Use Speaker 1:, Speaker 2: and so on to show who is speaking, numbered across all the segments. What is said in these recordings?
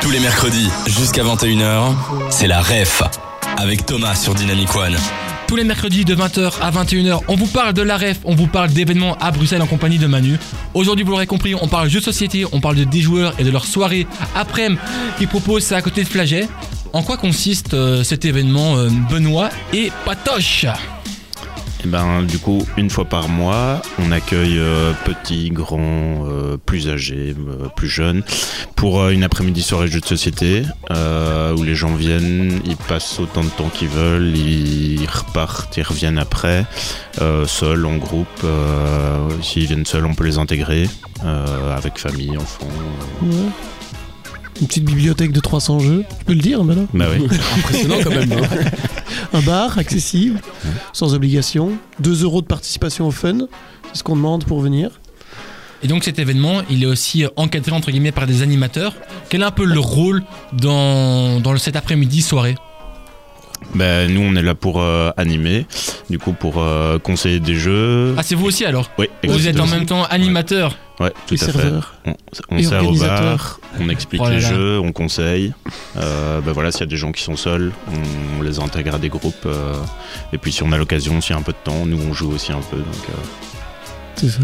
Speaker 1: Tous les mercredis, jusqu'à 21h, c'est la REF, avec Thomas sur Dynamic One.
Speaker 2: Tous les mercredis de 20h à 21h, on vous parle de la ref, on vous parle d'événements à Bruxelles en compagnie de Manu. Aujourd'hui, vous l'aurez compris, on parle jeux de société, on parle de des joueurs et de leur soirée après qui propose ça à côté de Flaget. En quoi consiste euh, cet événement euh, Benoît et Patoche
Speaker 3: Eh ben, du coup, une fois par mois, on accueille euh, petits, grands, euh, plus âgés, euh, plus jeunes, pour euh, une après-midi soirée jeux de société, euh, où les gens viennent, ils passent autant de temps qu'ils veulent, ils repartent, ils reviennent après, euh, seuls, en groupe. euh, S'ils viennent seuls, on peut les intégrer, euh, avec famille, enfants. euh.
Speaker 4: Ouais. Une petite bibliothèque de 300 jeux, je peux le dire maintenant.
Speaker 3: Bah oui.
Speaker 5: Impressionnant quand même. hein.
Speaker 4: Un bar accessible, sans obligation. 2 euros de participation au fun, c'est ce qu'on demande pour venir.
Speaker 2: Et donc cet événement, il est aussi euh, encadré entre guillemets par des animateurs. Quel est un peu le rôle dans, dans cet après-midi soirée
Speaker 3: Ben, nous, on est là pour euh, animer, du coup, pour euh, conseiller des jeux.
Speaker 2: Ah c'est vous aussi alors
Speaker 3: oui,
Speaker 2: Vous êtes en
Speaker 3: exactement.
Speaker 2: même temps animateur.
Speaker 3: Ouais, tout
Speaker 4: Et
Speaker 3: à fait.
Speaker 4: serveur.
Speaker 3: On, on
Speaker 4: Et
Speaker 3: sert au bar,
Speaker 4: organisateur.
Speaker 3: on explique
Speaker 2: Oh là
Speaker 3: les
Speaker 2: là.
Speaker 3: jeux, on conseille. Euh, ben voilà, s'il y a des gens qui sont seuls, on, on les intègre à des groupes. euh, et puis si on a l'occasion, s'il y a un peu de temps, nous on joue aussi un peu. Donc, euh,
Speaker 4: C'est ça.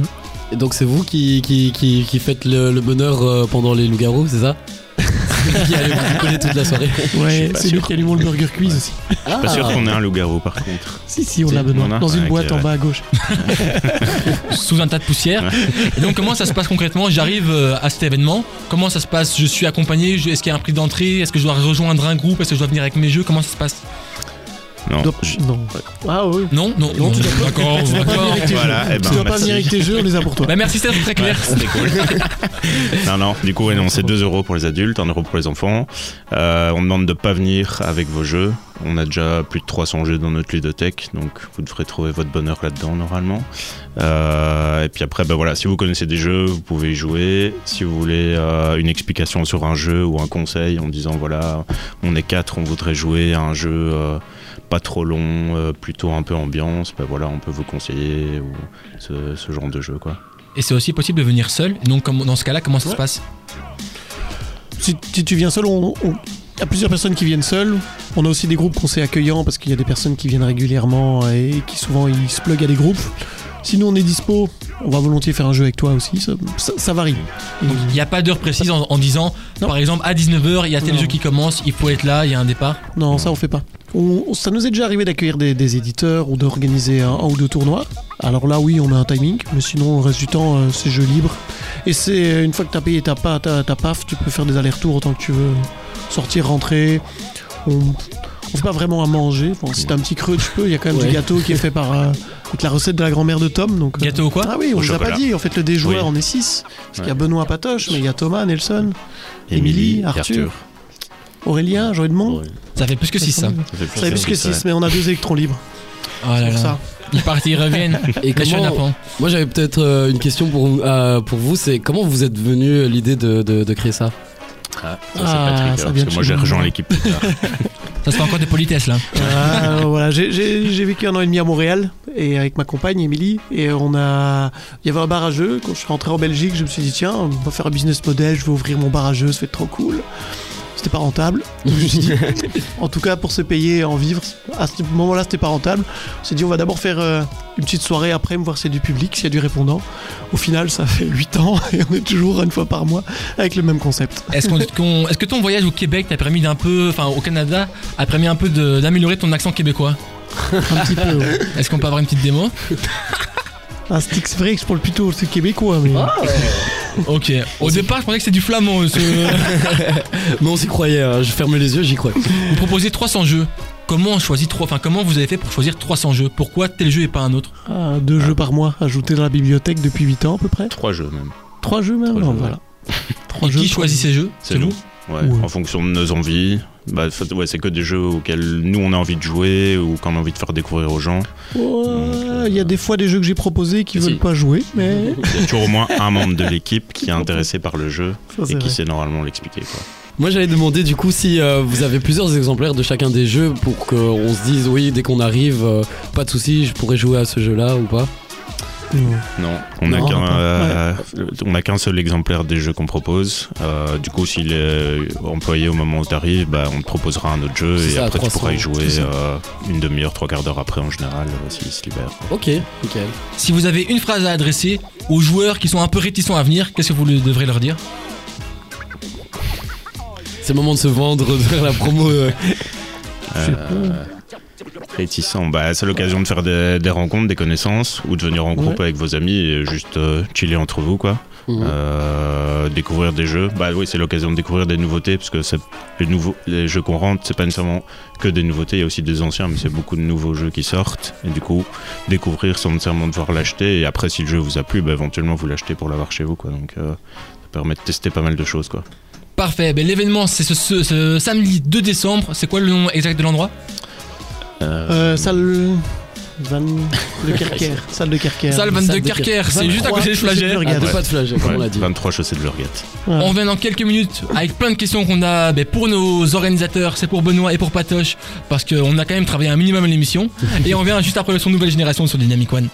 Speaker 5: Et donc c'est vous qui, qui, qui, qui faites le, le bonheur euh, pendant les loups-garous, c'est ça Qui allez vous couler toute la soirée
Speaker 4: Ouais,
Speaker 3: suis pas
Speaker 4: c'est nous
Speaker 3: sûr.
Speaker 4: qui allumons le burger quiz aussi.
Speaker 5: ah,
Speaker 3: pas sûr qu'on ait un loup-garou par contre.
Speaker 4: Si, si, on
Speaker 3: Si,
Speaker 4: l'a Benoît.
Speaker 3: on en a
Speaker 4: Dans une
Speaker 3: Ah, ok,
Speaker 4: boîte en
Speaker 3: ouais.
Speaker 4: bas à gauche.
Speaker 2: sous un tas de poussière. Et donc comment ça se passe concrètement J'arrive euh, à cet événement. Comment ça se passe Je suis accompagné Je- Est-ce qu'il y a un prix d'entrée Est-ce que je dois rejoindre un groupe Est-ce que je dois venir avec mes jeux Comment ça se passe
Speaker 3: Non.
Speaker 4: Donc,
Speaker 3: je-
Speaker 4: non. Ah oui.
Speaker 2: Non, non, non. D'accord, d'accord.
Speaker 4: avec tes
Speaker 3: Voilà,
Speaker 4: jeux.
Speaker 3: eh ben,
Speaker 4: tu dois pas
Speaker 3: merci.
Speaker 4: venir avec tes jeux, on les a pour toi.
Speaker 2: Bah merci, c'était très clair.
Speaker 3: C'était cool. non, non, du coup, ouais, non, c'est 2 euros pour les adultes, 1 euro pour les enfants. Euh, on demande de pas venir avec vos jeux. On a déjà plus de 300 jeux dans notre ludothèque, donc vous devrez trouver votre bonheur là-dedans normalement. Euh, et puis après, bah voilà, si vous connaissez des jeux, vous pouvez y jouer. Si vous voulez euh, une explication sur un jeu ou un conseil en disant voilà, on est quatre, on voudrait jouer à un jeu euh, pas trop long, euh, plutôt un peu ambiance, bah voilà, on peut vous conseiller ou ce, ce genre de jeu quoi.
Speaker 2: Et c'est aussi possible de venir seul. Donc comme- dans ce cas-là, comment ça se passe
Speaker 4: Si, si tu viens seul, on, on- il y a plusieurs personnes qui viennent seules. On a aussi des groupes qu'on sait accueillants parce qu'il y a des personnes qui viennent régulièrement et qui souvent ils se pluguent à des groupes. Si nous on est dispo, on va volontiers faire un jeu avec toi aussi. Ça, ça- ça varie.
Speaker 2: Donc il n'y a pas d'heure précise en, en disant,
Speaker 4: Non.
Speaker 2: par exemple, à 19h, il y a tel
Speaker 4: Non. Ah,
Speaker 2: jeu qui commence, il faut être là, il y a un départ.
Speaker 4: Non, ça on fait pas. On- on- ça nous est déjà arrivé d'accueillir des, des éditeurs ou d'organiser un, un ou deux tournois. Alors là, oui, on a un timing, mais sinon, au reste du temps, euh, c'est jeu libre. Et c'est euh, une fois que t'as payé ta, pa- ta, ta paf, tu peux faire des allers-retours autant que tu veux. Sortir, rentrer. On, on fait pas vraiment à manger. Bon, si t'as un petit creux, tu peux. Il y a quand même
Speaker 5: Ouais.
Speaker 4: du gâteau qui est fait par euh, avec la recette de la grand-mère de Tom. Donc, euh,
Speaker 2: Gâteau ou quoi
Speaker 4: Ah oui, on
Speaker 3: Au
Speaker 4: vous a pas
Speaker 3: chocolat.
Speaker 4: dit. En fait, le déjoueur,
Speaker 3: Oui.
Speaker 4: on est 6. Parce qu'il y a
Speaker 3: Ouais.
Speaker 4: Benoît Patoche, mais il y a Thomas, Nelson, Émilie,
Speaker 3: Émilie,
Speaker 4: Arthur.
Speaker 3: Arthur.
Speaker 4: Aurélien, Joël Edmond.
Speaker 2: Ça fait plus que 6 ça.
Speaker 4: Ça fait plus que 6, mais on a deux électrons libres.
Speaker 2: Oh là
Speaker 4: Sur
Speaker 2: là.
Speaker 4: ça.
Speaker 2: Ils partent, ils reviennent.
Speaker 5: Et
Speaker 2: Les
Speaker 5: comment-
Speaker 2: chenapan.
Speaker 5: Moi j'avais peut-être euh, une question pour, euh, pour vous, c'est comment vous êtes venu euh, l'idée de, de, de créer ça
Speaker 3: Ah, ça, c'est
Speaker 4: Ah,
Speaker 3: pas trigger,
Speaker 4: ça
Speaker 3: parce
Speaker 4: vient de
Speaker 3: que moi
Speaker 4: chez
Speaker 3: j'ai
Speaker 4: nous.
Speaker 3: rejoint l'équipe plus tard.
Speaker 2: Ça se fait encore des politesses là.
Speaker 4: Ah, voilà, j'ai- j'ai j'ai vécu un an et demi à Montréal et avec ma compagne Émilie et on a, il y avait un bar à jeux. Quand je suis rentré en Belgique, je me suis dit tiens, on va faire un business model, je vais ouvrir mon bar à jeux, ça va être trop cool. C'était pas rentable. Donc, je me suis dit, en tout cas pour se payer, en vivre, à ce moment-là, c'était pas rentable. On s'est dit on va d'abord faire euh, une petite soirée après, me voir s'il y a du public, s'il y a du répondant. Au final, ça fait 8 ans et on est toujours une fois par mois avec le même concept.
Speaker 2: Est-ce qu'on- qu'on- est-ce que ton voyage au Québec t'a permis d'un peu, enfin au Canada, a permis un peu de- d'améliorer ton accent québécois
Speaker 4: Un petit peu. ouais.
Speaker 2: Est-ce qu'on peut avoir une petite démo
Speaker 4: Un stick, c'est vrai que je parle plutôt aussi québécois, mais.
Speaker 2: Ok. Au départ, je pensais que c'était du flamand. euh, ce-
Speaker 5: Mais on s'y croyait, hein, je ferme les yeux, j'y crois.
Speaker 2: Vous proposez 300 jeux. Comment on choisit trois Enfin, comment vous avez fait pour choisir 300 jeux Pourquoi tel jeu et pas un autre
Speaker 4: Ah, deux jeux par mois ajoutés dans la bibliothèque depuis 8 ans à peu près.
Speaker 3: Trois jeux même.
Speaker 4: Trois jeux même
Speaker 3: Trois
Speaker 4: non,
Speaker 3: jeux,
Speaker 4: voilà. Trois
Speaker 2: Et
Speaker 4: jeux.
Speaker 2: qui choisit ces jeux
Speaker 3: C'est nous. Ouais,
Speaker 4: Ouais.
Speaker 3: En fonction de nos envies. Bah, faut- ouais, c'est que des jeux auxquels nous on a envie de jouer ou qu'on a envie de faire découvrir aux gens.
Speaker 4: Ouais, Il y a des fois des jeux que j'ai proposés qui
Speaker 3: Si.
Speaker 4: veulent pas jouer, mais.
Speaker 3: Il y a toujours au moins un membre de l'équipe qui est intéressé par le jeu
Speaker 4: Ça, c'est
Speaker 3: et qui
Speaker 4: vrai.
Speaker 3: sait normalement l'expliquer. quoi.
Speaker 5: Moi j'allais demander du coup si euh, vous avez plusieurs exemplaires de chacun des jeux pour qu'on se dise oui dès qu'on arrive, euh, pas de soucis, je pourrais jouer à ce jeu là ou pas.
Speaker 4: Mmh.
Speaker 3: Non, on n'a
Speaker 4: Non,
Speaker 3: qu'un
Speaker 4: pas.
Speaker 3: euh, on n'a qu'un seul exemplaire des jeux qu'on propose. Euh, du coup, s'il est employé au moment où tu arrives, on te proposera un autre jeu
Speaker 5: C'est
Speaker 3: et
Speaker 5: ça,
Speaker 3: après tu
Speaker 5: 300,
Speaker 3: pourras y
Speaker 5: c'est
Speaker 3: jouer
Speaker 5: ça.
Speaker 3: euh, une demi-heure, trois quarts d'heure après en général, euh, s'il se libère.
Speaker 5: Ok, nickel.
Speaker 2: Si vous avez une phrase à adresser aux joueurs qui sont un peu réticents à venir, qu'est-ce que vous le- devrez leur dire
Speaker 5: C'est le moment de se vendre, de faire la promo. euh.
Speaker 3: Euh, réticent, bah, c'est l'occasion de faire des, des rencontres, des connaissances ou de venir en groupe avec vos amis et juste euh, chiller entre vous, quoi.
Speaker 5: Mhm.
Speaker 3: Euh, découvrir des jeux, bah oui, c'est l'occasion de découvrir des nouveautés parce que c'est les, nouveaux, les jeux qu'on rentre, c'est pas nécessairement que des nouveautés, il y a aussi des anciens, mais c'est beaucoup de nouveaux jeux qui sortent et du coup, découvrir sans nécessairement devoir l'acheter. Et après, si le jeu vous a plu, bah, éventuellement vous l'achetez pour l'avoir chez vous, quoi. Donc, euh, ça permet de tester pas mal de choses, quoi.
Speaker 2: Parfait, ben, l'événement c'est ce, ce- ce samedi 2 décembre, c'est quoi le nom exact de l'endroit
Speaker 4: Euh, salle. Van. de Kerker. salle de Kerker.
Speaker 2: Salle
Speaker 5: salle
Speaker 2: 22
Speaker 5: de Kerker.
Speaker 2: Kerker, c'est juste à
Speaker 4: 23,
Speaker 2: côté de Flagey.
Speaker 4: Flagey.
Speaker 5: Ah, deux
Speaker 4: Ouais.
Speaker 5: pas de flagelles, comme
Speaker 3: Ouais,
Speaker 5: on l'a dit.
Speaker 3: 23 chaussées de l'Urguette.
Speaker 2: On revient dans quelques minutes avec plein de questions qu'on a ben, pour nos organisateurs, c'est pour Benoît et pour Patoche, parce qu'on a quand même travaillé un minimum à l'émission. et on revient juste après le son Nouvelle Génération sur Dynamic One.